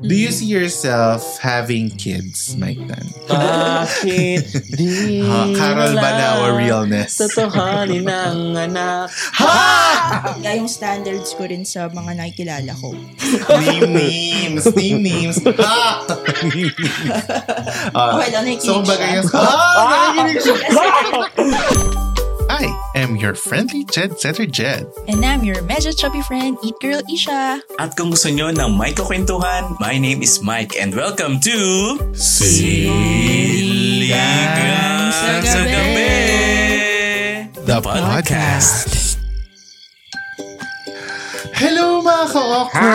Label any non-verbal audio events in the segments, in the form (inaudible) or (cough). Do you see yourself having kids, Mike Tan? Bakit di Ha, Carol wala Banawa realness. Totohanin ang anak. Kaya yung standards ko rin sa mga nakikilala ko. Name names, name names. Ha! Ah, Okay lang, nakikinig so, kumbaga siya. (laughs) yung... Ah, nakikinig siya. I am your friendly Jed Setter Jed. And I'm your medyo chubby friend, Eat Girl Isha. At kung gusto nyo ng may kakwentuhan, my name is Mike and welcome to... Siligang sa Sa Gabi! Gabi! The podcast. Hello mga ka-okra!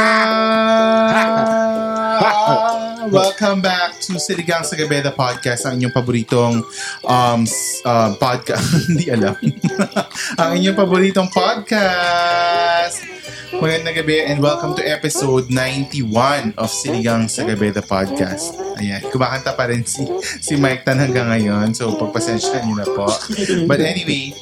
Welcome back to Siligang sa Gabi, the podcast. Ang inyong paboritong um, s- uh, podcast. (laughs) Hindi alam. ang inyong paboritong podcast. Magandang gabi and welcome to episode 91 of Siligang sa Gabi, the podcast. Ayan, kumakanta pa rin si, si Mike Tan hanggang ngayon. So, pagpasensya niyo na po. But anyway,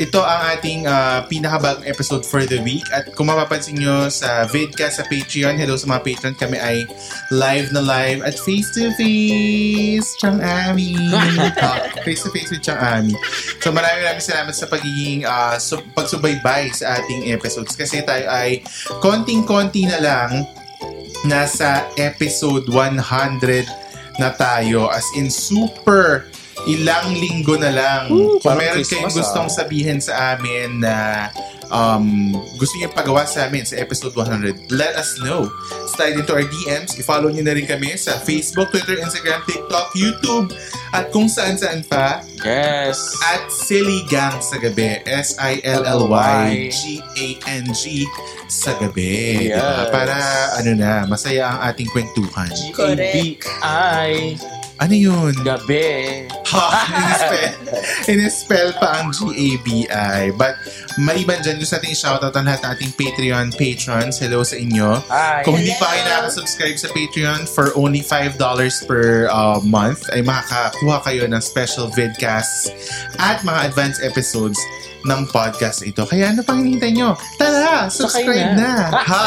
ito ang ating ah, pinakabagong episode for the week. At kung mapapansin nyo sa vidcast sa Patreon, hello sa mga Patreon, kami ay live na live at face-to-face, Chang Ami. Ah, face-to-face with Chang Ami. So maraming maraming salamat sa pagiging ah, su- pagsubaybay sa ating episodes. Kasi tayo ay konting-konti na lang nasa episode 100 na tayo. As in, super ilang linggo na lang. Kung parang meron Christmas, ah. kayong gustong sabihin sa amin na um, gusto niyo pagawa sa amin sa episode 100, let us know. Slide into our DMs. I-follow niyo na rin kami sa Facebook, Twitter, Instagram, TikTok, YouTube, at kung saan-saan pa Yes. at Siligang sa Gabi. S-I-L-L-Y-G-A-N-G sa Gabi. Yes. Diba? Para ano na, masaya ang ating kwentuhan. G-A-B-I Ano yun? Gabi. Ha! Inispell, inispell pa ang G-A-B-I. But maliban dyan, gusto natin i-shoutout ang lahat ng ating Patreon patrons. Hello sa inyo. Hi. Kung hindi pa kayo nakasubscribe sa Patreon for only $5 per uh, month, ay makakakuha cash ng special vidcasts at mga advanced episodes ng podcast ito. Kaya ano pang hinihintay nyo? Tara! Subscribe na! na. Ha!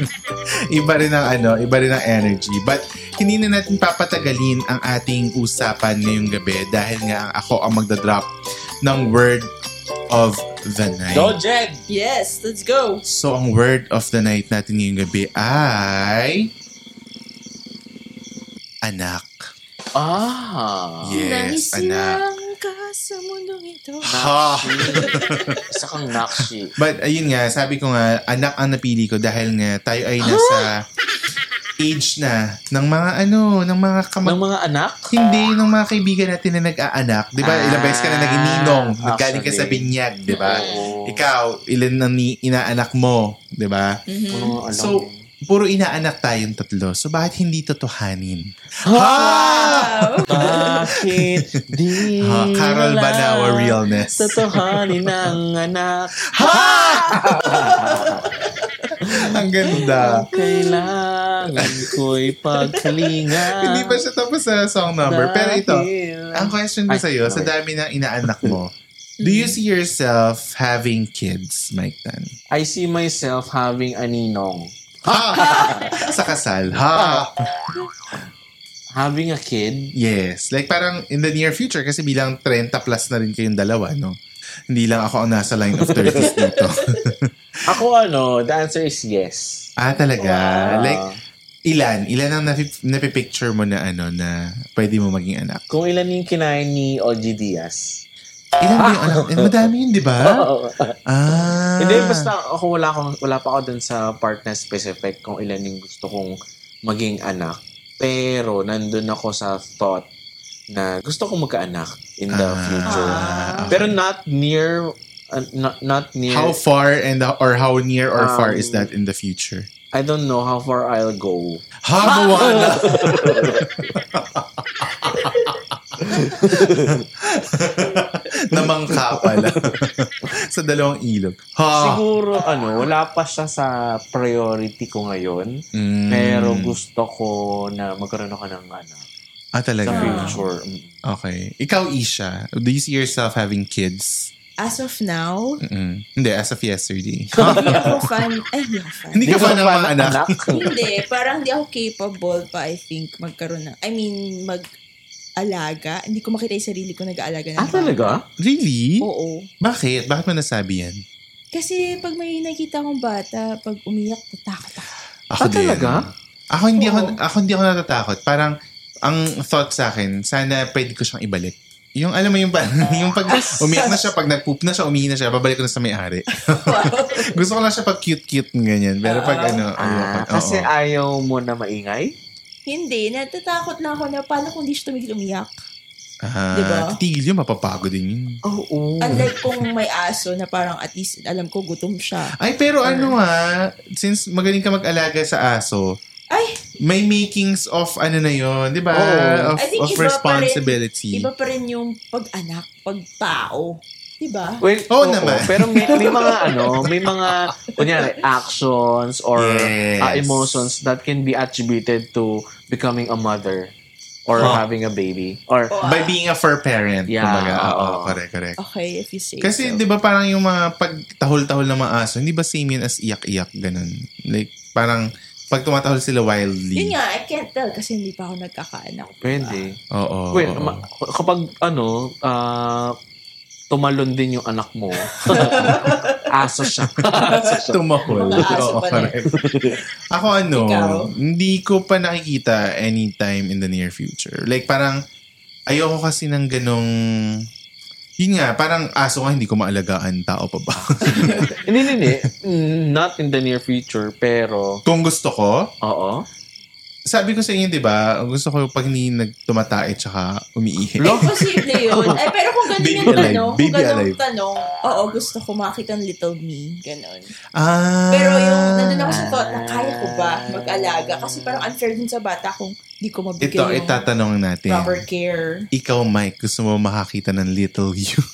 (laughs) iba rin ang ano, iba rin ang energy. But hindi na natin papatagalin ang ating usapan ngayong gabi dahil nga ako ang magdadrop ng word of the night. Go, Jed! Yes, let's go! So, ang word of the night natin ngayong gabi ay... Anak. Ah. Yes, anak. lang ka sa mundong ito. Ha! Isa (laughs) kang nakshi. But ayun nga, sabi ko nga, anak ang napili ko dahil nga tayo ay nasa age na ng mga ano, ng mga kamag... Ng mga anak? hindi, ng mga kaibigan natin na nag-aanak. Di ba, Ah, ilang beses ka na naging ninong, naggaling ka sa actually. binyag, di ba? Oo. Ikaw, ilan ang ni- inaanak mo, di ba? Ano Mm-hmm. alam So, mo? puro inaanak tayong tatlo. So, bakit hindi totohanin? Bakit di Ha, Carol Hmm, wala Banawa realness. Totohanin ang (laughs) anak. Ah. Ang ganda. Kailangan ko'y pagkalinga. Hindi pa siya tapos sa song number. Pero ito, ang question ko Ay, sa'yo, sa sorry. dami ng inaanak mo, do you see yourself having kids, Mike Tan? I see myself having a ninong. Sa kasal, ha? Having a kid? Yes. Like parang in the near future, kasi bilang 30 plus na rin kayong dalawa, no? Hindi lang ako ang nasa line of 30s dito. Ako ano, the answer is yes. ah, talaga? Ah, Like, ilan? Ilan ang napi- napipicture mo na ano na pwede mo maging anak? kung ilan yung kinain ni OG Diaz. Ilan ba yung (laughs) anak? Eh, madami yun, di ba? Oo. Ah. Hindi, basta ako wala, akong, wala pa ako dun sa part na specific kung ilan yung gusto kong maging anak. Pero nandun ako sa thought na gusto kong magkaanak in the Ah, future. ah, Pero not near uh, not, not near. How far and or how near or far Um, is that in the (laughs) future? I don't know how far I'll go. Ha, Moana! (laughs) Namangka (laughs) pala. sa dalawang ilog. Ha! Siguro, ano, wala pa siya sa priority ko ngayon. Mm. Pero gusto ko na magkaroon ako ng anak Ah, sa talaga? future. Mm. Okay. Ikaw, Isha, do you see yourself having kids? As of (laughs) now, Mm-mm. Hindi, as of (laughs) yesterday. hindi ako fan. Ay, hindi ako fan. Hindi ka Di pa ba ng parang mga anak? (laughs) hindi, parang hindi ako capable pa, I think, magkaroon ng, I mean, mag-alaga. Hindi ko makita yung sarili ko nag-aalaga ng Ah, bata. talaga? Really? Oo. Bakit? Bakit mo nasabi yan? Kasi pag may nakita akong bata, pag umiyak, natakot ako. Ako Ah, talaga? Ako hindi ako, Oo. ako hindi ako natatakot. Parang ang thought sa akin, sana pwede ko siyang ibalik. Yung alam mo yung parang, (laughs) yung pag Ah, umiyak na siya, pag nag-poop na siya, umihi na siya, babalik ko na sa may-ari. (laughs) Gusto ko lang siya pag cute-cute ng ganyan. Pero pag ano, ayoko. Ah, kasi Oo. ayaw mo na maingay? Hindi, natatakot lang ako na paano kung di siya tumigil umiyak. Ah, diba? titigil yun, mapapago din yun. Mm. Oo. Unlike kung may aso na parang at least alam ko gutom siya. Ay, pero ano ha, since magaling ka mag-alaga sa aso, Ay, may makings of ano na yun, di ba? Oo. Of, I think of iba pa rin. responsibility. iba pa rin yung pag-anak, pag-tao. Diba? Well, Oo naman. Pero may, (laughs) may mga ano, may mga kunyari actions or Yes. uh, emotions that can be attributed to becoming a mother or Huh. having a baby or Oo, By being a fur parent. Yeah, Oh. Kumbaga, oo, oo. correct, correct. Okay, if you say Kasi so. 'di ba parang yung mga pagtahol-tahol ng mga aso, hindi ba same yun as iyak-iyak ganun? Like parang pag tumatahol sila wildly. Yun nga, I can't tell kasi hindi pa ako nagkakaanak. pwede. Oo. well, oo. ma- kapag ano, ah, tumalon din yung anak mo. (laughs) Aso siya. (laughs) (laughs) tumahol. Mga aso Oo, pa rin. correct. (laughs) Ako ano, Ikaw? hindi ko pa nakikita anytime in the near future. Like parang ayoko kasi ng ganong yun nga, parang aso nga hindi ko maalagaan tao pa ba? (laughs) Hindi, hindi, hindi. Mm, Not in the near future, pero Kung gusto ko, oo. (laughs) sabi ko sa inyo, di ba, gusto ko pag hindi nagtumatae tsaka umiihi. Imposible (laughs) yun. Ay, pero kung ganun Baby yung alive, tanong, kung baby ganun alive. yung tanong, oo, gusto ko makita ng little me, ganun. Ah. Pero yung, nandun ako sa thought na kaya ko ba mag-alaga? Kasi parang unfair dun sa bata kung di ko mabigay Ito, yung itatanong natin. proper care. Ikaw, Mike, gusto mo makakita ng little you. (laughs)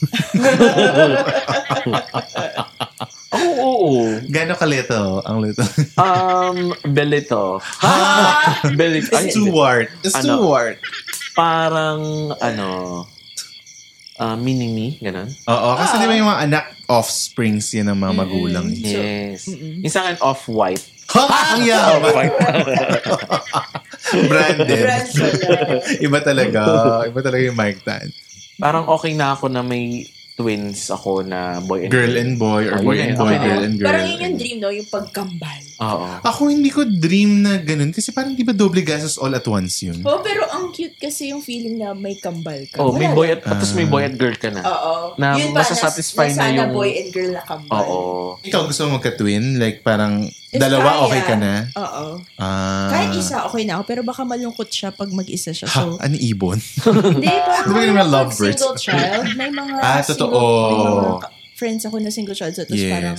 Oo, oo, oo. Gano'n ka little? Ang little. Um, (laughs) belito. Ah! Ha? belito. Ay, Stewart. Ano? Stewart. parang ano ah mini me ganun Oo, kasi Ah. di ba yung mga anak offsprings yan ng mga Mm-mm. magulang. Oh eh. yes Mm-mm. yung sa akin off white Ha! (laughs) Ang yaman. Branded. Brand pala. Iba talaga. Iba talaga yung Mike Tan. parang okay na ako na may twins ako na boy and Girl and boy or Ayun boy na and yun. boy, Okay na girl yun. and girl. Parang yun yung dream, no? Yung pagkambal. oo Ako hindi ko dream na ganun kasi parang di ba doble gasos all at once yun? Oh, pero ang cute kasi yung feeling na may kambal ka. oh may Wala boy lang. at tapos may boy at girl ka na Oo. Na yun ba, masasatisfy nas- na nasana yung- boy and girl na kambal. oo Ikaw gusto mo magka-twin? Like parang If dalawa kaya. okay ka na? Oo. Ah. Kahit isa, okay na ako. Pero baka malungkot siya pag mag-isa siya. Ha, (laughs) So, ano ibon? Hindi, parang Ano ba yung may mga mga lovebirds? single child. May mga Ah, single- totoo. may mga ka- friends ako na single child. So, tapos Yes. parang,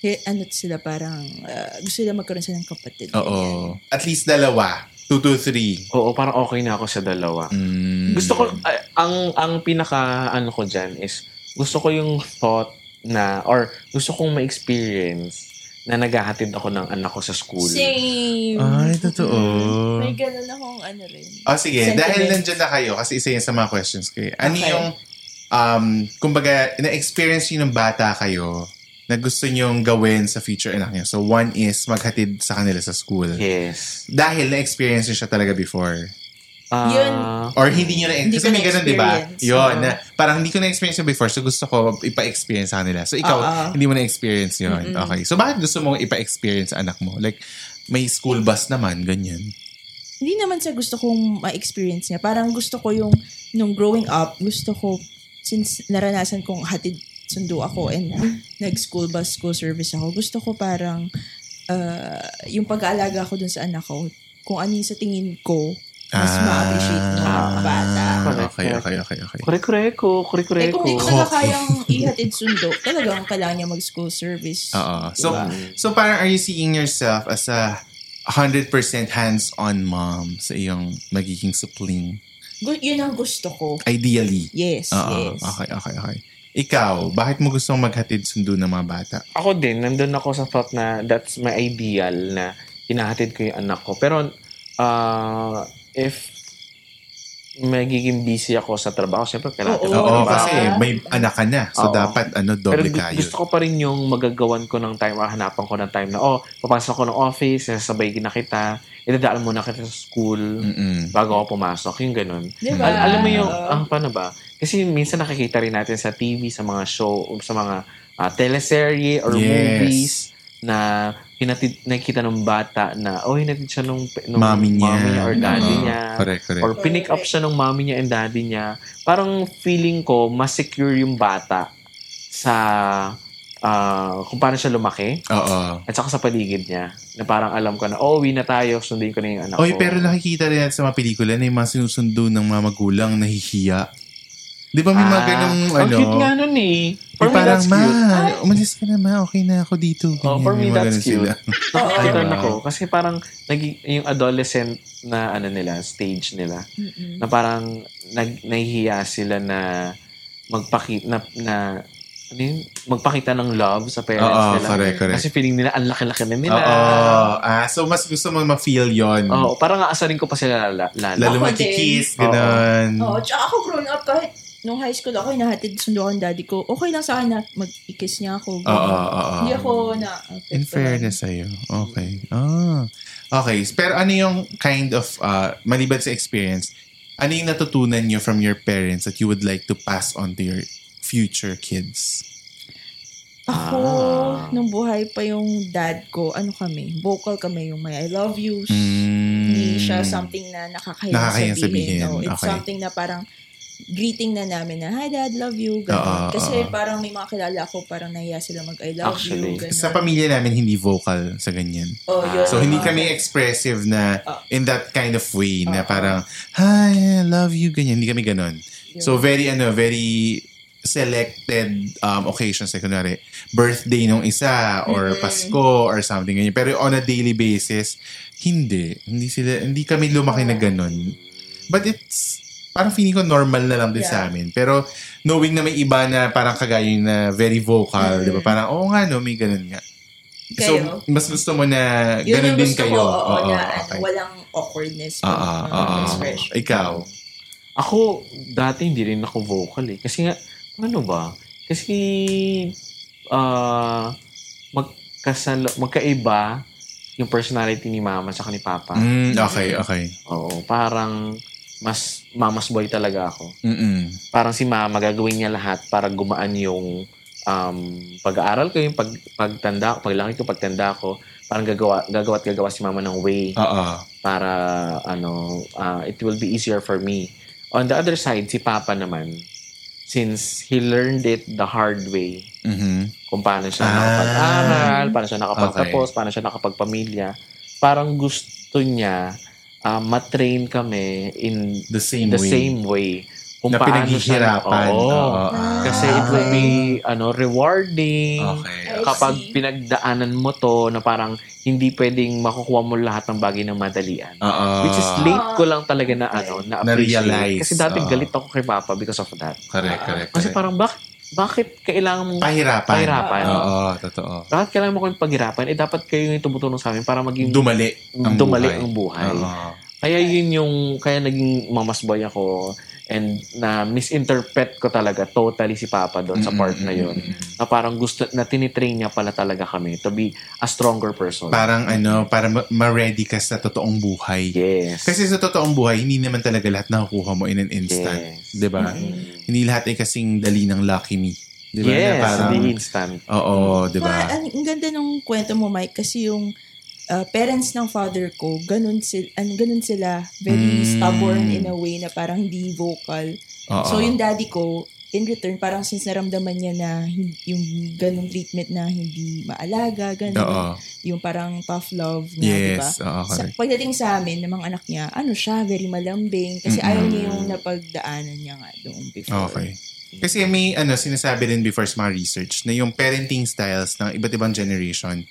eh, ano sila, parang, ah, gusto nila magkaroon sila ng kapatid. Ganyan. Oo. At least dalawa. Two to three. oo parang okay na ako sa dalawa Mm. gusto ko ah, ang ang pinaka ano ko diyan is gusto ko yung thought na or gusto kong ma-experience na naghahatid ako ng anak ko sa school. Same. Ay, totoo. Mm. May ganun akong ano rin. Oh, sige. Dahil Sentiments. nandyan na kayo, kasi isa yan sa mga questions ko. eh. Ano Okay. yung, um, kumbaga, na-experience nyo ng bata kayo na gusto nyong gawin sa future anak nyo. So, one is maghatid sa kanila sa school. Yes. Dahil na-experience nyo siya talaga before. Ah, Yun. Or hindi nyo na-experience. Hindi Kasi ko may ganun, di ba? na-experience. Yun. Oo. Na, parang hindi ko na-experience yun before, so gusto ko ipa-experience sa kanila. So, ikaw, Oo. hindi mo na-experience yun. Okay. So, bakit gusto mong ipa-experience sa anak mo? Like, may school bus naman, ganyan. Hindi naman sa gusto kong ma-experience niya. Parang gusto ko yung, nung growing up, gusto ko, since naranasan kong hatid sundo ako and Mm. nag-school bus, school service ako, gusto ko parang, uh, yung pag-aalaga ko dun sa anak ko, kung ano yung sa tingin ko, mas Ah. ma-appreciate niya. bata. okay, okay, okay, okay. Kure-kureko, Eh, kung hindi kure-kureko. ko talaga kayang ihatid sundo, talagang kailangan niya mag-school service. Oo. So, Diba? so parang are you seeing yourself as a 100% hands-on mom sa iyong magiging supling? Gu- yun ang gusto ko. Ideally. Yes, Oo. yes. Okay, okay, okay. Ikaw, bakit mo gustong maghatid sundo ng mga bata? Ako din, nandun ako sa thought na that's my ideal na hinahatid ko yung anak ko. Pero ah, if magiging busy ako sa trabaho, syempre kailangan Oo. ko ng Oo, trabaho. kasi may anak ka na. So, diba? Oo. dapat ano, Pero doble gu- kayo. gusto ko pa rin yung magagawan ko ng time, ah, hanapan ko ng time na, oh, papasok ko ng office, sasabay na kita, itadaan muna kita sa school Mm-mm. bago ako pumasok, yung ganun. Diba? Al- alam mo yung, Oo. ah, paano ba? Kasi minsan nakikita rin natin sa TV, sa mga show, o sa mga ah, teleserye or Yes. movies na hinatid, nakikita ng bata na, oh, hinatid siya nung, nung Mami niya. or daddy Oo, niya. Correct, correct. Or pinick up siya ng mami niya and daddy niya. Parang feeling ko, mas secure yung bata sa ah, kung paano siya lumaki Oo. at saka sa paligid niya. Na parang alam ko na, oh, uwi na tayo, sundin ko na yung anak Oy, ko. pero nakikita rin natin sa mga pelikula na yung mga sinusundo ng mga magulang nahihiya. Di ba may mga Ah, ganong Ang ano? cute nga nun eh. For Yung me, parang, that's ma, cute. umalis ka na ma, okay na ako dito. Oh, Ganyan, for me, yung mga ganun that's cute. sila. (laughs) Nakakita Diba? na ko. Kasi parang nagi, yung adolescent na ano nila, stage nila, na Mm-mm. parang nag, nahihiya sila na magpakita na, na ano yun? magpakita ng love sa parents Oo, nila. correct, correct. Kasi feeling nila, ang laki-laki na nila. Oo. Ah, so, mas gusto mo ma-feel yun. Oo, parang aasarin ko pa sila lala. lala. Lalo Ako makikiss, din. ganun. Oo, tsaka ako growing up kahit nung high school ako, hinahatid sundo ako ng daddy ko. Okay lang sa akin na mag-kiss niya ako. Oo, oo, oo. Hindi ako na... In fairness sa'yo. Okay. Ah. Okay. Pero ano yung kind of, uh, maliban sa experience, ano yung natutunan nyo from your parents that you would like to pass on to your future kids? Ako, Ah. nung buhay pa yung dad ko, ano kami, vocal kami yung may I love you. Mm. Hindi siya something na nakakayang, Nakakayang sabihin. sabihin, Oo, it's okay. something na parang greeting na namin na, Hi dad, love you. Ganun. Oo, Kasi oo. parang may mga kilala ko, parang nahiya sila mag I love Actually, you. Ganun. Sa pamilya namin, hindi vocal sa ganyan. Oh, yun. So, hindi kami expressive na Ah. in that kind of way na Ah, ah. parang, Hi, I love you, ganyan. Hindi kami ganun. Yun. So, very, ano, very selected um, occasions. Like, kunwari, birthday nung isa or Pasko or something ganyan. Pero on a daily basis, hindi. Hindi sila, hindi kami lumaki na ganun. But it's, parang feeling ko normal na lang din Yeah. sa amin. Pero knowing na may iba na parang kagaya yung na very vocal, di ba? Mm. Parang, oo nga, no, may ganun nga. Kayo? So, mas gusto mo na Yun ganun yung din gusto kayo. ko, oo, Oo, na ano, okay. walang awkwardness. Ah, pag- ah, pag- ah, ah. expression. Ikaw? Ako, dati hindi rin ako vocal eh. Kasi nga, ano ba? Kasi, ah, magkasalo, magkaiba yung personality ni mama sa ni Ah. papa. Mm, okay, okay. Oo, parang mas mama's boy talaga ako. Mm-mm. Parang si mama gagawin niya lahat para gumaan yung um, pag-aaral ko, yung pag, pagtanda, paglaki ko, pagtanda ko. Parang gagawa, gagawa at gagawa si mama ng way Oo. para ano ah, it will be easier for me. On the other side, si Papa naman, since he learned it the hard way, Mhm. kung paano siya Ah. nakapag-aral, paano siya nakapagtapos, paano siya nakapagpamilya, parang gusto niya ah, matrain kami in The same the way. same way. Kung na pinaghihirapan. Oo. Oo, ah. Kasi it will be ano rewarding Okay. I kapag see. pinagdaanan mo to na parang hindi pwedeng makukuha mo lahat ng bagay ng madalian. Oo. Which is late ko lang talaga na ano, Ah. na Na-realize, Ah. appreciate. Kasi dati oo. galit ako kay Papa because of that. Correct, correct. correct. Kasi parang bakit bakit kailangan mo pahirapan. pahirapan? Oo, totoo. Bakit kailangan mo kayong paghirapan? Eh dapat kayo yung tumutulong sa amin para maging Dumali ang dumali buhay. ang buhay. Oo. Kaya yun yung kaya naging mamasboy ako and na misinterpret ko talaga totally si Papa doon sa Mm-mm, part na yun. mm-mm. Na parang gusto na tinitrain niya pala talaga kami to be a stronger person. Parang ano, para ma- ma-ready ka sa totoong buhay. yes. Kasi sa totoong buhay, hindi naman talaga lahat nakukuha mo in an instant. yes. 'Di ba? Mm. Hindi lahat ay kasing dali ng lucky me. 'Di ba? Na Yes, parang, hindi instant. oo, 'di ba? Ma- ang, ang ganda nung kwento mo, Mike, kasi yung uh, parents ng father ko, ganun sila, ano, ganun sila Mm. very stubborn in a way na parang hindi vocal. Oo. So, yung daddy ko, in return, parang since naramdaman niya na hin- yung ganong treatment na hindi maalaga, ganun. Oo. Yung parang tough love niya, di ba? Yes. Oo, Sa, correct. pagdating sa amin ng mga anak niya, ano siya, very malambing. Kasi ayaw niya yung napagdaanan niya nga doon before. Okay. Kasi may ano, sinasabi din before sa mga research na yung parenting styles ng iba't ibang generation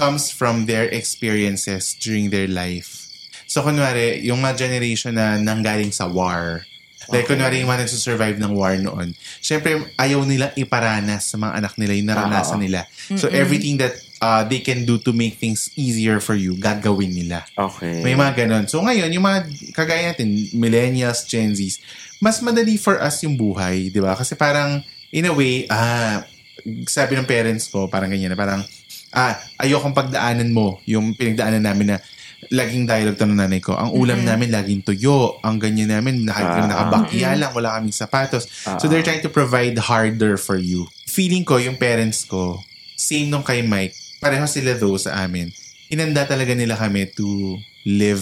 comes from their experiences during their life. So, kunwari, yung mga generation na nanggaling sa war, like kunwari yung mga nagsusurvive ng war noon, syempre ayaw nila iparanas sa mga anak nila yung naranasan Ah. nila. So, everything that uh, they can do to make things easier for you, gagawin nila. Okay. May mga ganun. So ngayon, yung mga kagaya natin, millennials, Gen Zs, mas madali for us yung buhay, di ba? Kasi parang, in a way, ah, sabi ng parents ko, parang ganyan, na parang, ah, ayokong pagdaanan mo yung pinagdaanan namin na laging dialogue to ng nanay ko. Ang ulam namin laging tuyo. Ang ganyan namin, Ah. naka, nakabakya lang, wala kaming sapatos. So they're trying to provide harder for you. Feeling ko, yung parents ko, same nung kay Mike, pareho sila though sa amin. Inanda talaga nila kami to live,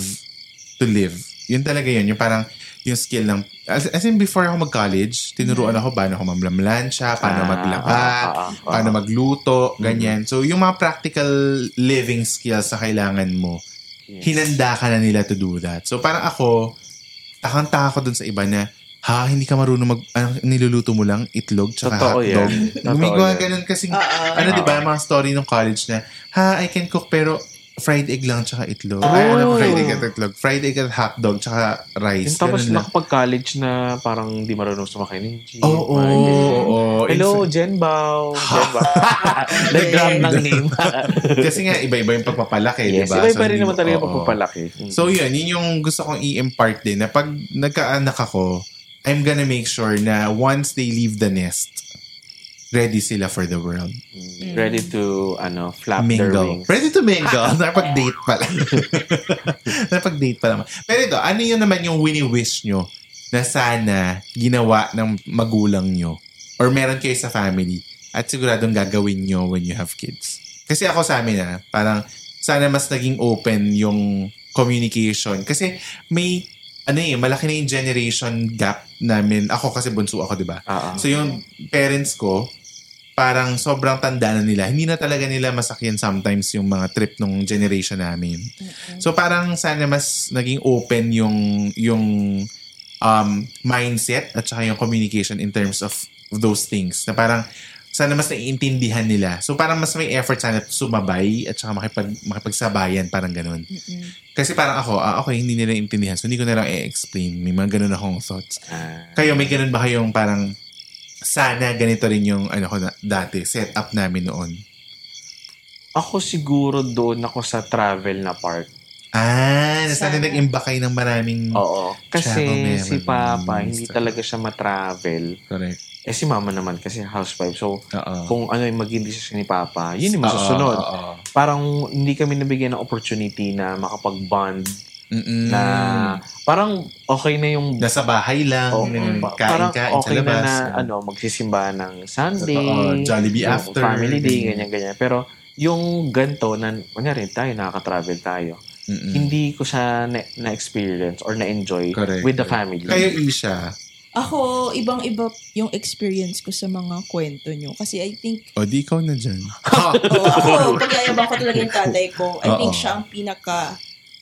to live. Yun talaga yun, yung parang, yung skill ng, as, as in before ako mag-college, tinuruan ako paano ako mamlamlansya, paano Ah, maglaba, ah, ah, Mm. ah. paano magluto, ganyan. So yung mga practical living skills na kailangan mo, hinanda ka na nila to do that. So parang ako, takang-taka ako dun sa iba na, ha, hindi ka marunong mag, ano, niluluto mo lang, itlog, tsaka Totoo hotdog. yan. Totoo Gumigawa yan. ganun kasing, ano di ba, mga story ng college na, ha, I can cook pero fried egg lang tsaka itlog. Ay, ano, fried egg at itlog. Fried egg at hotdog tsaka Yung rice. tapos Ganun lang. nakapag-college na parang di marunong sumakay ng jeep. Oo, oo, Parang ganyan. oo. Hello, Jen (laughs) Bao. Jen Bao. (laughs) Nag-grab ng name. Kasi nga, iba-iba yung pagpapalaki, Eh, di yes, ba? iba-iba So, rin hindi naman mo- talaga oo. pagpapalaki. Mm. So yun, yun yung gusto kong i-impart din na pag nagkaanak ako, I'm gonna make sure na once they leave the nest, ready sila for the world. ready to ano flap Mm-hmm. their Mingle. wings. Ready to mingle. (laughs) Napag-date (laughs) pa lang. Napag-date pa naman. Pero ito, ano yun naman yung wini-wish nyo na sana ginawa ng magulang nyo or meron kayo sa family at siguradong gagawin nyo when you have kids. Kasi ako sa amin na, parang sana mas naging open yung communication. Kasi may, ano eh, malaki na yung generation gap namin. Ako kasi bunso ako, di ba? Ah, ah. So yung parents ko, parang sobrang tanda na nila. Hindi na talaga nila masakyan sometimes yung mga trip nung generation namin. So parang sana mas naging open yung yung um, mindset at saka yung communication in terms of those things. Na parang sana mas naiintindihan nila. So parang mas may effort sana sumabay at saka makipag, makipagsabayan, parang ganun. Kasi parang ako, ah, okay, hindi nila intindihan. So hindi ko na lang i-explain. May mga ganun akong thoughts. Kayo, may ganun ba kayong parang sana ganito rin yung ano ko na, dati, set up namin noon. Ako siguro doon ako sa travel na part. Ah, Sana. sana nag-imba kayo ng maraming... Oo. Mm. Travel Mm-hmm. Kasi memories. si Papa, hindi talaga siya matravel. Correct. Eh si Mama naman kasi housewife. So, Oo. kung ano yung maging decision ni Papa, yun yung masusunod. Oo, oo, oo. Parang hindi kami nabigyan ng opportunity na makapag-bond Mm-mm. na parang okay na yung Nasa bahay lang, Oo, ganun, pa- parang kain-kain sa okay na labas. na ano, magsisimba ng Sunday, Totoo, Jollibee yung after. family day, ganyan-ganyan. Pero yung ganto na, kunyari tayo, nakaka-travel tayo, Mm-mm. hindi ko siya na- na-experience or na-enjoy Correct. with the family. (laughs) Kayo, Isha. Ako, ibang-iba yung experience ko sa mga kwento nyo. Kasi I (laughs) think O, di ikaw na dyan. Ah. Oo, ako, pagyayabang ko talaga yung tatay ko. I Oo. think siya ang pinaka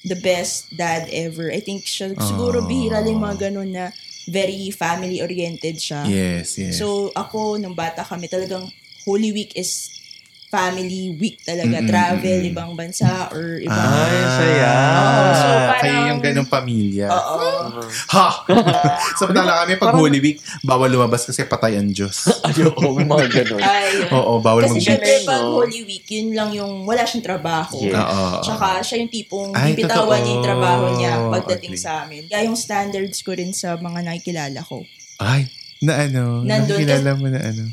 the best dad ever. I think siya, siguro Oo. bihira lang yung mga ganun na very family-oriented siya. yes, yes. So, ako, nung bata kami, talagang Holy Week is family week talaga. Mm-mm, Travel, mm-mm. ibang bansa, or ibang... Ay, saya. Ah, Oo, so Oo, parang, parang- kayo yung ganung pamilya. Oo. Ha! (laughs) Samantala kami, pag Holy Week, bawal lumabas kasi patay ang (laughs) Diyos. Ayoko, may mga ganun. Ay, Oo, bawal kasi mag-beach. syempre, pag no? Holy Week, yun lang yung wala siyang trabaho. Yes. Oo. Tsaka siya yung tipong Ay, bibitawan totoo. niya yung trabaho niya pagdating Agree. sa amin. Kaya yung standards ko rin sa mga nakikilala ko. Ay, na ano, Nandun nakilala mo na ano.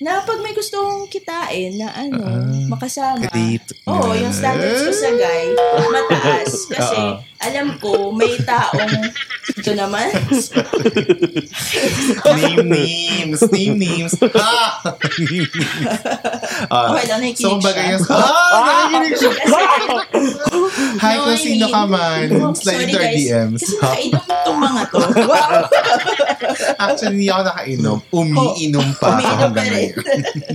Na pag may gusto kong kitain na ano, Ah. makasama. Kadate. Oo, yung standards ko sa guy, (laughs) mataas. Kasi Oo. alam ko, may taong, ito naman, name names, name (laughs) names. Ah! Name names. (laughs) Ah. okay lang, nakikinig so, kumbaga siya. yung... Ah! Nakikinig siya! (laughs) Kasi, Hi, no, na sino ka man, slide our DMs. Kasi (laughs) nakainom itong mga to. Wow! Actually, hindi ako nakainom. Umiinom pa ako Oh, Umiinom hanggang pa rin. (laughs) ngayon.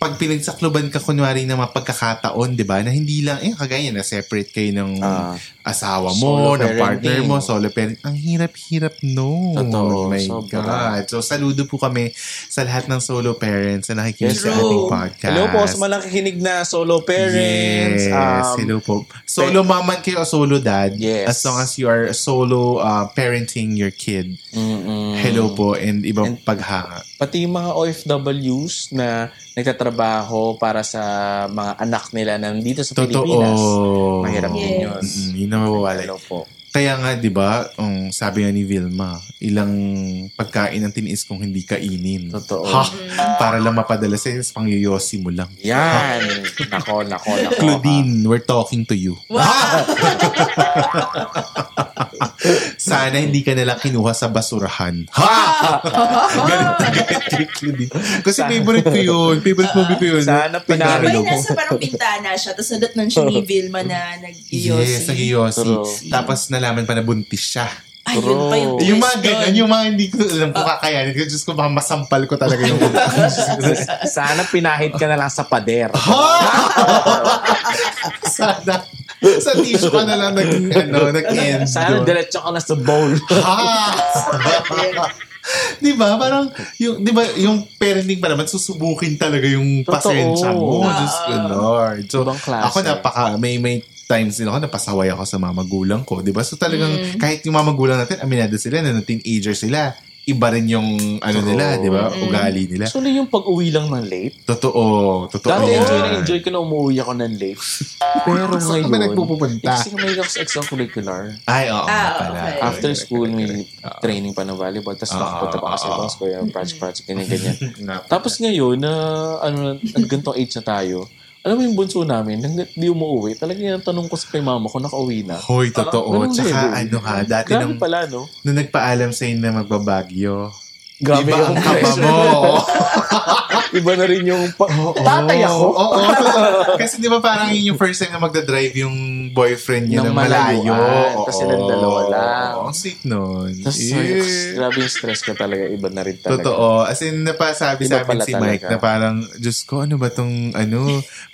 Pag pinagsakluban ka, kunwari, ng mga pagkakataon, di ba, na hindi lang, eh, kagaya na separate kayo ng Ah. asawa mo, Solo ng partner parenting. mo, solo parent. Ang hirap-hirap, no. Oh Totoo, my sobra. God. So, saludo po kami sa lahat ng solo parents na nakikinig (laughs) Yes, sa true. ating podcast. Hello po sa malakikinig na solo parents. Yes, Um, hello po. Solo mom man kayo o solo dad, Yes. as long as you are solo uh, parenting your kid, Mm-mm. hello po and ibang Mm. And- paghanga. Pati yung mga OFWs na nagtatrabaho para sa mga anak nila nandito sa Pilipinas. Totoo. Mahirap Yes. din yun. Mm, yun ang mawawala. Hello po. Kaya nga, di ba, ang sabi nga ni Vilma, ilang pagkain ang tiniis kung hindi kainin. Totoo. Ha? Para lang mapadala sa'yo, tapos pangyoyosi mo lang. Yan. nako, nako, nako. Claudine, we're talking to you. (laughs) Sana hindi ka nalang kinuha sa basurahan. Ha! Ganun na ganun kay Claudine. Kasi favorite ko yun. Favorite movie ko yun. Sana Diba pinalo yung nasa parang pintana siya, tapos nadatnan siya (laughs) ni Vilma na nag-yosi. Yes, nag-yosi. True. Tapos nalaman pa na buntis siya. Ayun pa yung Bro. Yung mga question. ganyan, yung mga hindi ko alam Ah. kung kakayanin ko. Diyos ko, baka masampal ko talaga yung (laughs) (laughs) Sana pinahid ka na lang sa pader. Sana. Sa tissue ka na lang naging ano, nag-end. Sana diretso ka na sa bowl. Ha! (laughs) di ba? Parang, yung, di ba, yung parenting pa naman, susubukin talaga yung Totoo. Ah. pasensya mo. Diyos ko, Lord. So, Ibang klase. ako napaka, may, may times din ako, napasaway ako sa mga magulang ko. Di ba? So, talagang, Mm. kahit yung mga magulang natin, aminado sila, na nung teenager sila, iba rin yung, ano nila, di ba? Mm. Ugali nila. Actually, yung pag-uwi lang ng late. Totoo. Totoo. Dati yan. enjoy na enjoy ko na umuwi ako ng late. (laughs) Pero Saan ka ngayon, ba nagpupunta? eh, kasi may ako sa extracurricular. Ay, oo. nga Ah, pala. okay. After school, may training pa ng volleyball. Tapos nakapunta pa kasi ibang school, yung project-project, (laughs) ganyan-ganyan. (laughs) Nga pala. Tapos ngayon, na ano, na- ganitong age na tayo, alam mo yung bunso namin, hanggang di umuwi, talaga yung tanong ko sa kay mama ko, nakauwi na. Hoy, totoo. Ganun Tsaka din. ano ha, dati Grabe nung, pala, no? nung nagpaalam sa inyo na magbabagyo, Grabe iba ang (laughs) yung kaba (laughs) mo. Iba na rin yung pa- tatay ako. Oo, oo. (laughs) Kasi di ba parang yun yung first time na magdadrive yung boyfriend niya ng, Ng malayo. malayuan. Oo. Tas silang dalawa lang. Oo, Ang sweet nun. Tapos, Eh. grabe yung stress ka talaga. Iba na rin talaga. Totoo. As in, napasabi Iba sa amin pala si Mike talaga. na parang, Diyos ko, ano ba tong ano?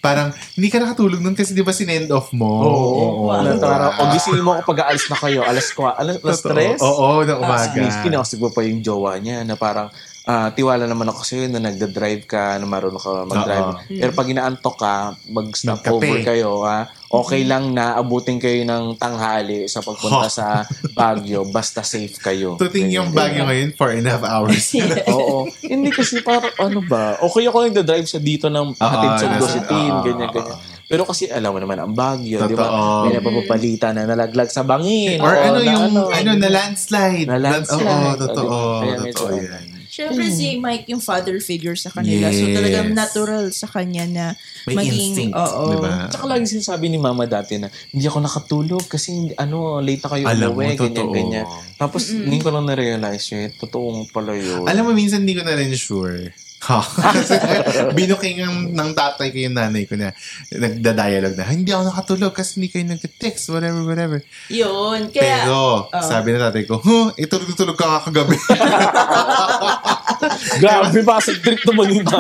Parang, hindi ka nakatulog nun kasi di ba sinend off mo? Oo. Oo. Wala talaga. O gisingin mo ako pag aalis na kayo. Alas ko, alas, alas Totoo. tres. Oo, ng umaga. Tapos kinausig mo pa yung jowa niya na parang, ah, tiwala naman ako sa'yo na nagda-drive ka, na marunong ka mag-drive. Pero pag inaantok ka, mag-stop Magkape. Mm-hmm. over kayo, ha? okay lang na abutin kayo ng tanghali sa (laughs) pagpunta sa Baguio, basta safe kayo. Tuting yung Ganyan, bagyo ngayon, four and a half (laughs) hours. Oo. Hindi kasi parang ano ba, okay ako nagda-drive sa dito ng hatid sa Ah, nasa- ah, Gositin, oo, ganyan, ganyan. Pero kasi alam mo naman, ang Baguio, di Totoo. ba? May napapapalitan na nalaglag sa bangin. Or o ano na yung, ano, na landslide. Na landslide. Oo, O, totoo. diba? Kaya medyo Totoo ano. yan. Siyempre si Mike yung father figure sa kanila. So Yes. talagang natural sa kanya na May maging... instinct, oo. di ba? Tsaka lagi sinasabi ni mama dati na hindi ako nakatulog kasi hindi- ano, late na kayo Alam mo, umuwi, ganyan, totoo. ganyan. Tapos, hindi ko lang na-realize, eh, totoong pala yun. Alam mo, minsan hindi ko na rin sure. Ha. (laughs) Binuking ng, ng tatay ko yung nanay ko na nagda-dialogue na, hindi ako nakatulog kasi hindi kayo nag-text, whatever, whatever. Yun. Kaya, oh. Pero, Oo. sabi na tatay ko, huh, itulog-tulog ka kakagabi. (laughs) Grabe, pasig trip naman yun. so,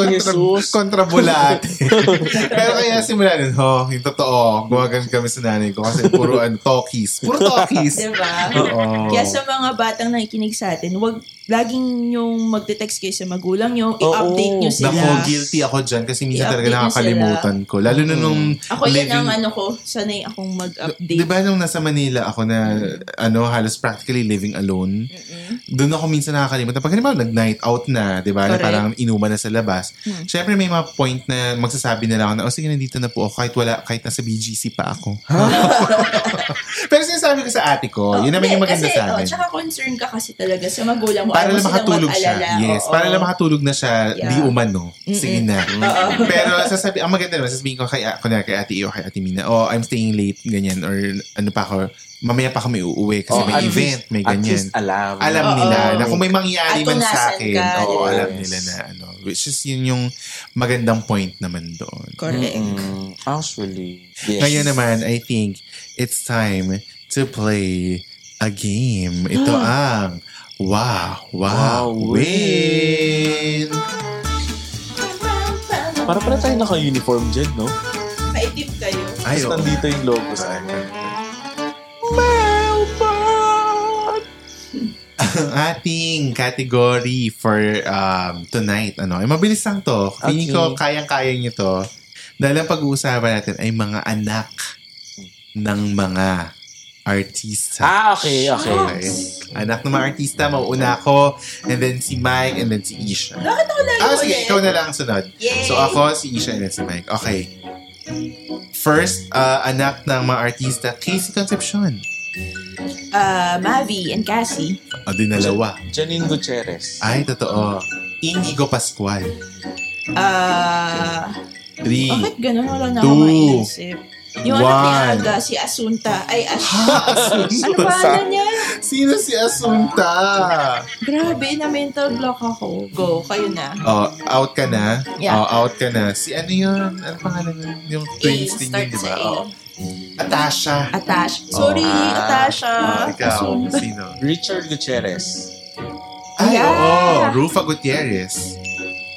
kontra, Jesus. kontrabulate. Pero kaya simula nun, ho, yung totoo, gumagan kami sa nanay ko kasi puro ano, talkies. Puro talkies. diba? Oo. Kaya sa mga batang nakikinig sa atin, wag laging yung magte-text kayo sa magulang nyo, i-update nyo sila. Nako, guilty ako dyan kasi minsan I-update talaga mo sila. nakakalimutan ko. Lalo na nung Ako yun living- ang ano ko, sanay akong mag-update. Di ba nung nasa Manila ako na Mm. ano halos practically living alone, doon ako minsan nakakalimutan. Pag halimbawa nag-night out na, di ba, na Correct. Mm. parang inuman na sa labas, syempre may mga point na magsasabi na lang ako na, oh sige, nandito na po ako kahit wala, kahit nasa BGC pa ako. (laughs) Pero sinasabi ko sa ate ko, yun naman yung Oh, Hindi, maganda kasi, sa amin. Oh, tsaka concern ka kasi talaga sa magulang mo. para lang Ayaw mo silang makatulog siya. mag-alala. Yes, Oo. para lang makatulog na siya, Yeah. di umano. Sige (laughs) na. Pero sasabi, ang maganda naman, sasabihin ko kay, kunyari, kay Ate E o kay Ate Mina, oh, I'm staying late, ganyan, or ano pa ako, mamaya pa kami uuwi kasi Oh, may at event, may At ganyan. least ano, alam. Alam Oo. nila na kung may mangyari At man kung sa nasan akin, ka, oo, diba? alam Yes. nila na ano. Which is yun yung magandang point naman doon. Correct. Mm, actually. Yes. Ngayon naman, I think it's time to play a game. (gasps) Ito ang Wow, Wow, Wow, Win! Para pala tayo naka-uniform dyan, no? Maitim kayo. Ay, Tapos oo. nandito yung logo sa Ang ating category for um, tonight, ano, ay mabilis lang to. Feeling ko Okay. kayang-kaya nyo to. Dahil ang pag-uusapan natin ay mga anak ng mga artista. Ah, okay, okay. Okay. Anak ng mga artista, mauuna ako, and then si Mike, and then si Isha. Bakit ako lagi Ah, sige, ulit? ikaw na lang ang sunod. Yay! So ako, si Isha, and then si Mike. Okay. First, uh, anak ng mga artista, Casey Concepcion. Ah, Mavi and Cassie. O, Ah, dinalawa. Janine Gutierrez. Ay, totoo. Inigo Pascual. Ah, Three. bakit ganun? Wala na Two. ako maiisip. Yung anak ni One. Aga, si Asunta. Ay, Ha, Asunta. ano (laughs) ba Asunta. ano niya? Sino si Asunta? Grabe, na mental block ako. Go, kayo na. Oh, out ka na? Yeah. Oh, out ka na. Si ano yun? Ano pangalan nun? Yung twins din yun, start di sa ba? A. Oh. Atasha. Atash. Sorry, Oh. Atasha. Ikaw, sino? Richard Gutierrez. Ay, Yeah. oo. Rufa Gutierrez.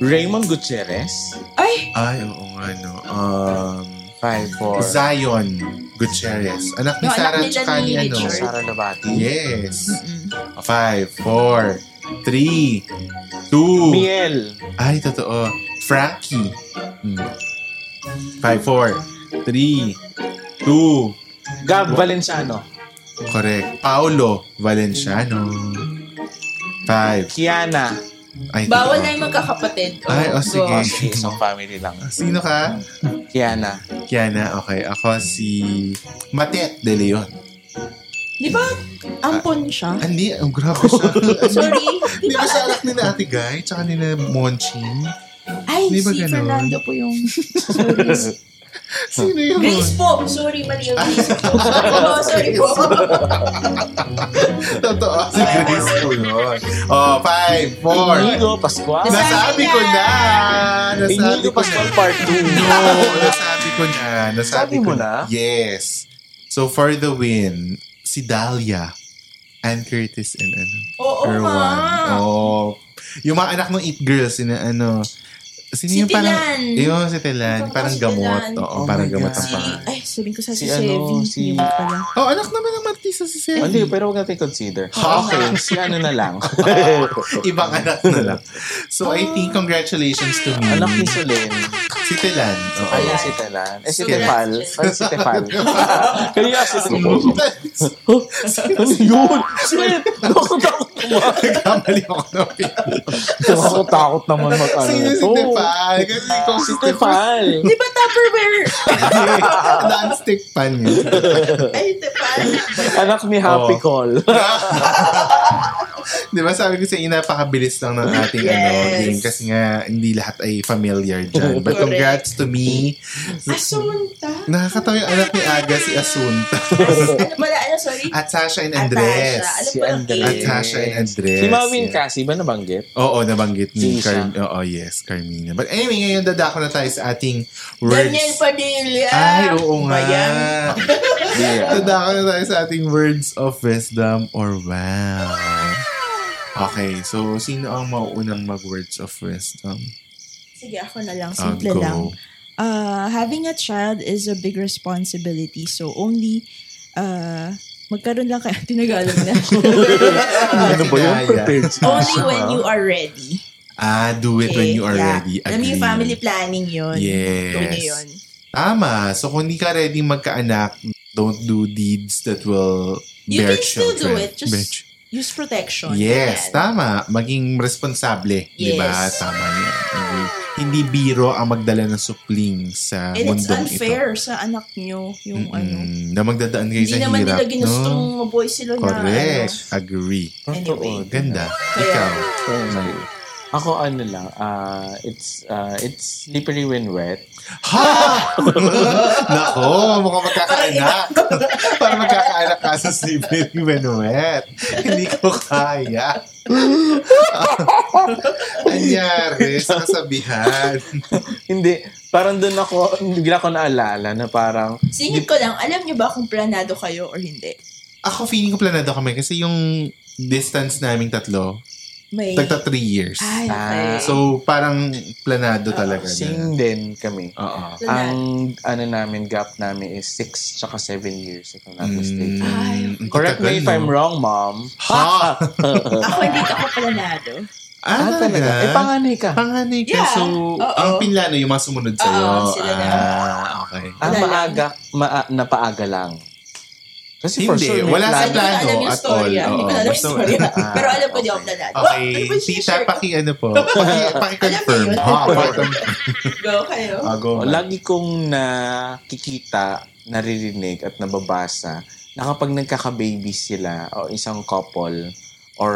Raymond Gutierrez. Ay, Ay, oo nga, no. Um, Five, four. Zion Gutierrez. Anak ni Yung anak Sarah nila tsaka ni ni ano. Richard. Sara Labati. Yes. Five, four, three, two. Miel. Ay, totoo. Frankie. Mm. Five, four, three, two. Gab Valenciano. Correct. Paolo Valenciano. Five. Kiana. Ay, bawal na totoo. yung magkakapatid. Oh, Ay, oh, go. sige. (laughs) Sige, isang family lang. Sino ka? Kiana. Kiana, okay. Ako si Matet De Leon. Di ba, ampon siya? Hindi, ang grabe siya. (laughs) (laughs) Sorry. Hindi ba siya anak nila Ate Guy? Tsaka nila Monching? Ay, Di ba si ganun? Fernando po yung... (laughs) Sorry. Sino yun? Grace po. Sorry, mali yung Grace po. Sorry po, (laughs) sorry po. Totoo, si Grace ko yun. Oh, five, four. Inigo Pascual. Nasa- Nasabi ko na! Nasabi Inigo ko na. Pascual Part 2. (laughs) No, nasabi ko na. Nasabi Sabi ko mo na. na? Yes. So, for the win, si Dahlia. Ann Curtis and ano? Oo Erwan. nga. Oh. Yung mga anak ng It Girls, sina ano? Sino Si yung parang, Tilan. Yung si Tilan. Yung Parang si gamot. Tilan. Oo, Oh parang my gamot ang Si, pangalan. ay, sabihin ko sa si, Si ano, Chevy. si- Yun pala. Oh, anak naman ng Martisa si Sally. Hindi, pero huwag natin consider. Okay, si ano na (laughs) lang. Ibang anak na ano lang. So, I think congratulations to me. Anak ni Solen. Si Tilan. Oo. (laughs) Ayun si Talan. Eh, si Solen. Tefal. Ay, si Tefal. (laughs) Kaya si Tefal. Nagkamali Ano yun? Shit! Bakit ako tumakot? ako ng picture. Nakakatakot naman mag-ano. Sino si Tefal? Kasi ikaw si Si (laughs) Tefal. Tefal. Di ba (laughs) Tupperware? Non-stick pan yun. (laughs) Ay, di ba? Oh. (laughs) Anak ni Happy Oo. Call. Di ba sabi ko sa inyo, napakabilis lang ng ating ano, Yes. game kasi nga hindi lahat ay familiar dyan. But congrats to me. Asunta. Nakakatawa yung anak ni Aga, si Asunta. (laughs) ano pala, ano, sorry? At Sasha and Andres. Atasha. Si Alam ko lang, Andres. At Sasha and Andres. Si Mami and Yeah. Cassie ba nabanggit? Oo, nabanggit ni Si Isha. Carmina. Oo, yes, Carmina. But anyway, ngayon dadako na tayo sa ating Daniel words. Padilla. Ay, oo nga. Bayang. Yeah. (laughs) Dadako na tayo sa ating words of wisdom or wow. Okay, so sino ang mauunang mag-words of wisdom? Sige, ako na lang. Ah, Simple go. (laughs) lang. Uh, having a child is a big responsibility. So, only, uh, magkaroon lang (laughs) kayo. Tinagalog na. (laughs) Ano ba yun? only when you are ready. Ah, do it when you are yeah. ready. Alam mo Agree. yung family planning yun. Yes. Go na yun. Tama. So kung hindi ka ready magkaanak, don't do deeds that will You bear can still children. do it. Just Bear ch- use protection. Yes, Ayan. tama. Maging responsable. Di ba? Yes. Tama yan. Agree. Hindi biro ang magdala ng supling sa And it's mundong ito. unfair sa anak nyo yung ano. Mm, na magdadaan kayo Hindi sa hirap. naman nila no? ginustong mabuhay sila Correct. na ano. Agree. Oh, Anyway. Ganda. Ikaw. Ako ano lang, ah, it's ah, it's slippery when wet. (laughs) Ha! Nako, mukhang magkakaanak. (laughs) Parang magkakaanak ka sa Sleeping Menuet. Hindi ko (laughs) kaya. Anyari, sasabihan. Hindi, parang doon ako, bigla ko naalala na parang, Singit ko lang, alam nyo ba kung planado kayo or hindi? Ako feeling ko planado kami kasi yung distance naming tatlo, May... tagta 3 years. Eh, Ay, Ah, okay. So, parang planado talaga. na. same din kami. Oo. Ang ano namin, gap namin is 6 tsaka 7 years, if I'm not mistaken. Ay, Mm, Correct me Hmm. if tagal, I'm no? wrong, Ah, mom. Ha? ako hindi ako planado. Ah, talaga? Eh, panganay ka. Panganay ka. Yeah. So, Oo. ang pinlano yung mga sumunod sa'yo. Oo, sila na. ah, okay. Ah, Wala lang. maaga, maa, napaaga lang. Kasi for Hindi, sure, may wala sa Hindi ko Ah, plano alam yung at story. all. ah. Hindi ko Oo, alam yung basta- story. ah. Ah, Pero alam ko di ako okay. planado. Wow, ano Okay, ba yung tita, share ko? paki ano po. Paki, paki-confirm. Alam mo yun? Ha, paki-confirm. Go kayo. Ah, go. Oh, Lagi kong nakikita, naririnig at nababasa na kapag nagkaka-baby sila o isang couple or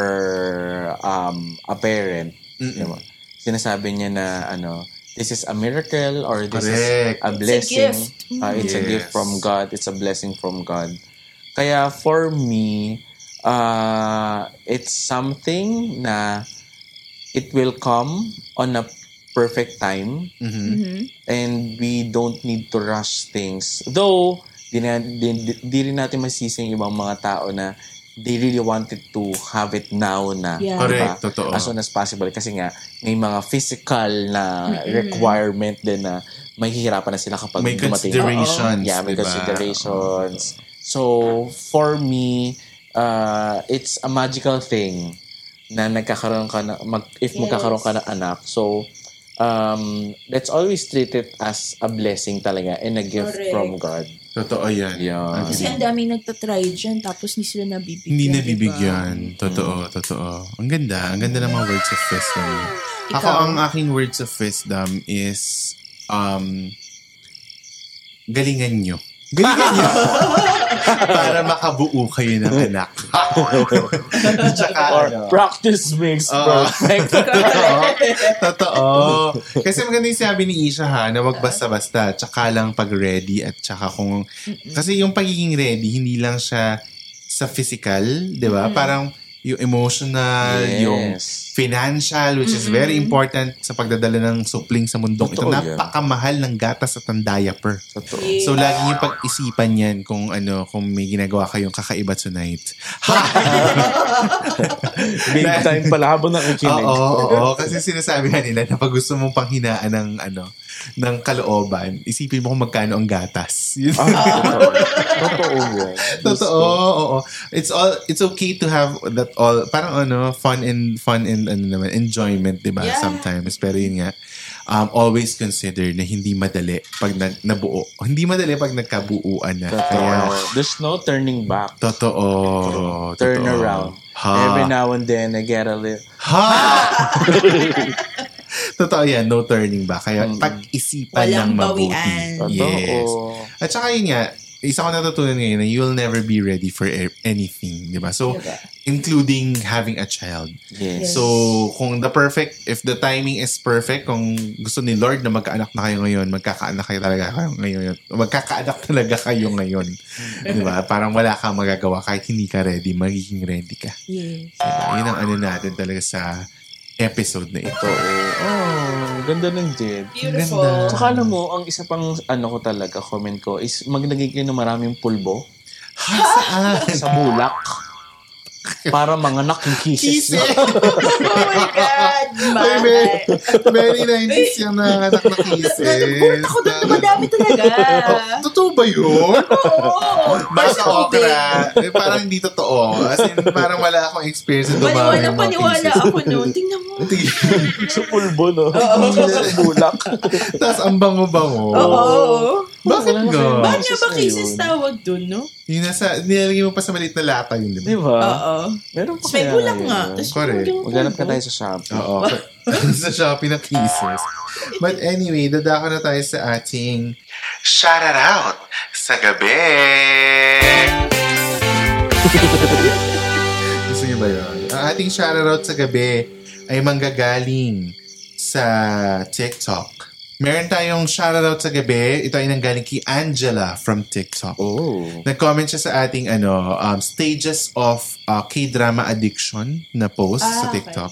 um, a parent, di Mm-mm. ba? sinasabi niya na ano, this is a miracle or this Correct. is a blessing. gift. Uh, it's a gift Yes. from God. It's a blessing from God. Kaya for me, uh, it's something na it will come on a perfect time Mhm. Mhm. and we don't need to rush things. Though, di, na, di, di- di rin natin masisi yung ibang mga tao na they really wanted to have it now na. Yeah. Correct, diba? totoo. As soon as possible. Kasi nga, may mga physical na requirement din na may hihirapan na sila kapag May dumating. considerations, Yeah, may diba? considerations. So, for me, uh, it's a magical thing na nagkakaroon ka na, mag, if Yes. magkakaroon ka ng anak. So, um, let's always treat it as a blessing talaga and a gift Correct. from God. Totoo yan. Yeah. Kasi Agree. ang daming nagtatry dyan, tapos hindi sila nabibigyan. Hindi diba? nabibigyan. Totoo, totoo. Ang ganda. Ang ganda ng mga words of wisdom. Ako, Ikaw? ang aking words of wisdom is, um, galingan nyo. Galingan nyo. Para makabuo kayo ng anak. Tsaka, Or ano, practice makes Oo. perfect. Totoo. Totoo. Kasi maganda yung sabi ni Isha ha, na wag basta-basta. Tsaka lang pag ready at tsaka kung... Kasi yung pagiging ready, hindi lang siya sa physical, di ba? Parang yung emotional, Yes. yung financial, which is very important sa pagdadala ng supling sa mundong ito. Totoo yan. Napakamahal ng gatas at ng diaper. Totoo. Yeah. So, lagi niyo pag-isipan yan kung ano, kung may ginagawa kayong kakaiba (laughs) tonight. Big time pala habang nakikinig. Oo, Ah, oo, oo. Kasi sinasabi nga nila na pag gusto mong panghinaan ng, ano, ng kalooban, isipin mo kung magkano ang gatas. Yun. Ah, totoo. (laughs) Totoo yun. (laughs) Totoo, oo. It's all it's okay to have that all parang ano fun and fun and ano naman enjoyment, 'di ba? Yeah. Sometimes pero yun nga um, always consider na hindi madali pag nag, nabuo. Hindi madali pag nagkabuuan na. Totoo. Kaya There's no turning back. totoo. Turn totoo. around. Ha. Every now and then, I get a little... Ha! (laughs) Totoo yan, no turning back. Kaya pag-isipan ng Walang mabuti. bawian. Totoo. Yes. At saka yun nga, isa ko natutunan ngayon na you'll never be ready for e- anything, di ba? So, Diba? including having a child. Yes. So, kung the perfect, if the timing is perfect, kung gusto ni Lord na magkaanak na kayo ngayon, magkakaanak kayo talaga kayo ngayon, magkakaanak talaga kayo ngayon. di ba? Parang wala kang magagawa kahit hindi ka ready, magiging ready ka. Yes. Diba? Yun ang ano natin talaga sa episode na ito. Oh, ganda ng Jed. Beautiful. (laughs) Ganda. Tsaka alam mo, ang isa pang ano ko talaga, comment ko, is maglagay kayo ng maraming pulbo Ha, saan? sa bulak para manganak yung kisses. eh. Kisses! Oh my God! Ay, very, very 90s yung (laughs) nanganak na kisses. Nagulat ako doon na madami (laughs) talaga. eh. Totoo ba (laughs) yun? Oo. Basta okra. Eh, parang hindi totoo. As in, parang wala akong experience na dumami Paniwala, yung mga paniwala kisses. ako noon. Tingnan mo. sa pulbo, no? sa bulak. Tapos ang bango-bango. Oo. Bakit ga? Wala kasi- (laughs) Bakit nga ba Kisses na kisses yun. tawag doon, no? Yung nasa, nilalagay mo pa sa maliit na lata yun, di ba? Di ba? Oo. Meron pa Tapos may bulak ngayon? nga. Tapos Correct. yung- Maghanap ka tayo sa Shopee. Oo. (laughs) sa Shopee na pieces. But anyway, dadako na tayo sa ating Shout Out sa (laughs) gabi! Gusto niyo ba yun? Ang ating Shout Out sa gabi ay manggagaling sa TikTok. Meron tayong Shout Out sa gabi. Ito ay nanggaling kay Angela from TikTok. Oh. Nag-comment siya sa ating ano, um, stages of uh, K-drama addiction na post sa Ah, okay. TikTok.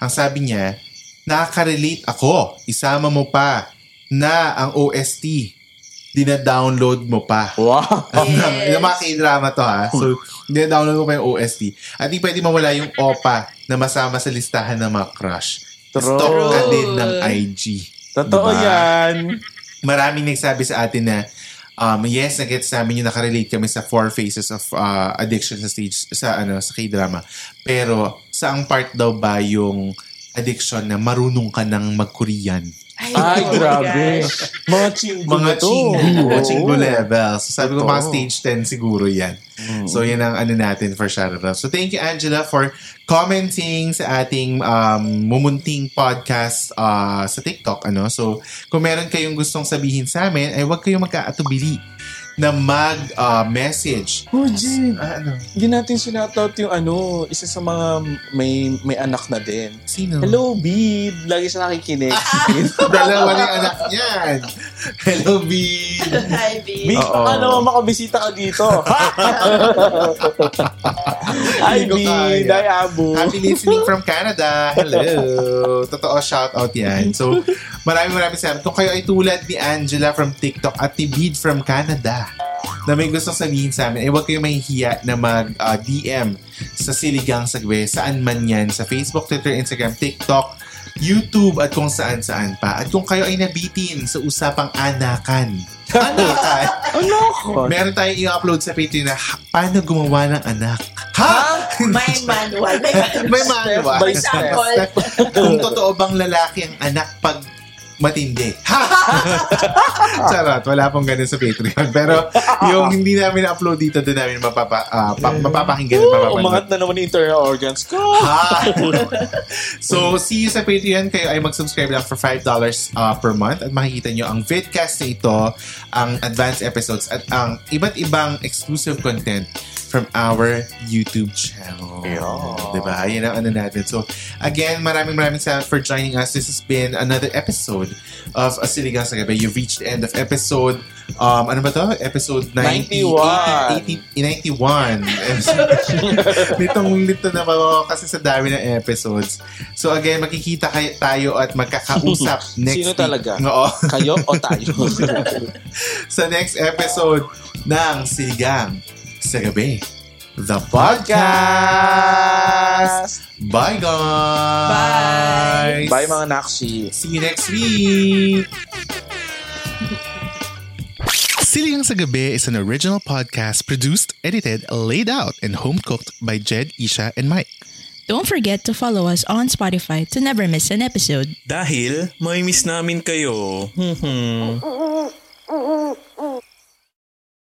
Ang sabi niya, nakaka-relate ako. Isama mo pa na ang OST. Dina-download mo pa. (laughs) Wow. Yes. yung mga K-drama to ha. So, dina-download mo pa yung OST. At di pwede mawala yung OPA na masama sa listahan ng mga crush. True. Stalk ka din ng IG. Totoo Diba? yan. maraming nagsabi sa atin na um, yes, nag-gets namin yung nakarelate kami sa four phases of uh, addiction sa stage, sa ano, sa K-drama. Pero, saang part daw ba yung addiction na marunong ka ng mag-Korean? Ay, oh my grabe. gosh. Mga chinggo Mga to. chinggo, mga Oo. chinggo levels. So, sabi ko, Totoo. mga stage 10 siguro yan. Mm. So, yan ang ano natin for shout out. So, thank you, Angela, for commenting sa ating um, mumunting podcast uh, sa TikTok. ano So, kung meron kayong gustong sabihin sa amin, ay huwag kayong magkaatubili na mag-message. Oh, Jed. ano? Hindi natin sinoutout yung ano, isa sa mga may may anak na din. Sino? Hello, Bid. Lagi siya nakikinig. (laughs) Dalawa na yung anak niyan. Hello, B. Hi, babe. Bid, Oo. ano, makabisita ka (laughs) dito. Ay, Hindi ko Bid. kaya. Ay, Abo. Happy listening from Canada. Hello. Totoo, shout out yan. So, maraming maraming salamat. Kung kayo ay tulad ni Angela from TikTok at ni Bid from Canada na may gustong sabihin sa amin, eh huwag kayong mahihiya na mag-DM sa Siligang Sagwe, saan man yan, sa Facebook, Twitter, Instagram, TikTok, YouTube at kung saan-saan pa. At kung kayo ay nabitin sa usapang anakan. Anakan? Ah, Ano ako? Meron tayong i-upload sa Patreon na "Ha- paano gumawa ng anak. Ha? May manual. May manual. (laughs) May manual. by step. (laughs) Kung totoo bang lalaki ang anak pag matindi. (laughs) Charot, wala pong ganun sa Patreon. Pero yung hindi namin upload dito, doon namin mapapa, ah, pa- mapapakinggan at Oh, mapapanood. umangat na naman yung internal organs ko. Ah. (laughs) so, see you sa Patreon. Kayo ay mag-subscribe lang for $5 uh, per month at makikita nyo ang vidcast na ito, ang advanced episodes, at ang iba't ibang exclusive content from our YouTube channel. Diba? Yan ang ano natin. So, again, maraming maraming salamat for joining us. This has been another episode of A Siligang sa Gabi. You've reached the end of episode um, ano ba to? Episode 90, 91. 80, 91. (laughs) Episode- Litong lito na ako kasi sa dami ng episodes. So again, makikita kayo, tayo at magkakausap next (laughs) Sino week. talaga? Oo. (laughs) Kayo o tayo? sa next episode ng Sigang sa Gabi. The Podcast! Bye, guys! Bye mga nakshi. See you next week! Siligang sa Gabi is an original podcast produced, edited, laid out, and home-cooked by Jed, Isha, and Mike. Don't forget to follow us on Spotify to never miss an episode. Dahil may miss namin kayo. Hmm, hmm.